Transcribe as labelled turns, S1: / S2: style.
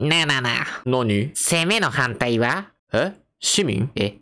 S1: なあなあなあ。
S2: 何
S1: 攻めの反対は
S2: え市民
S1: え、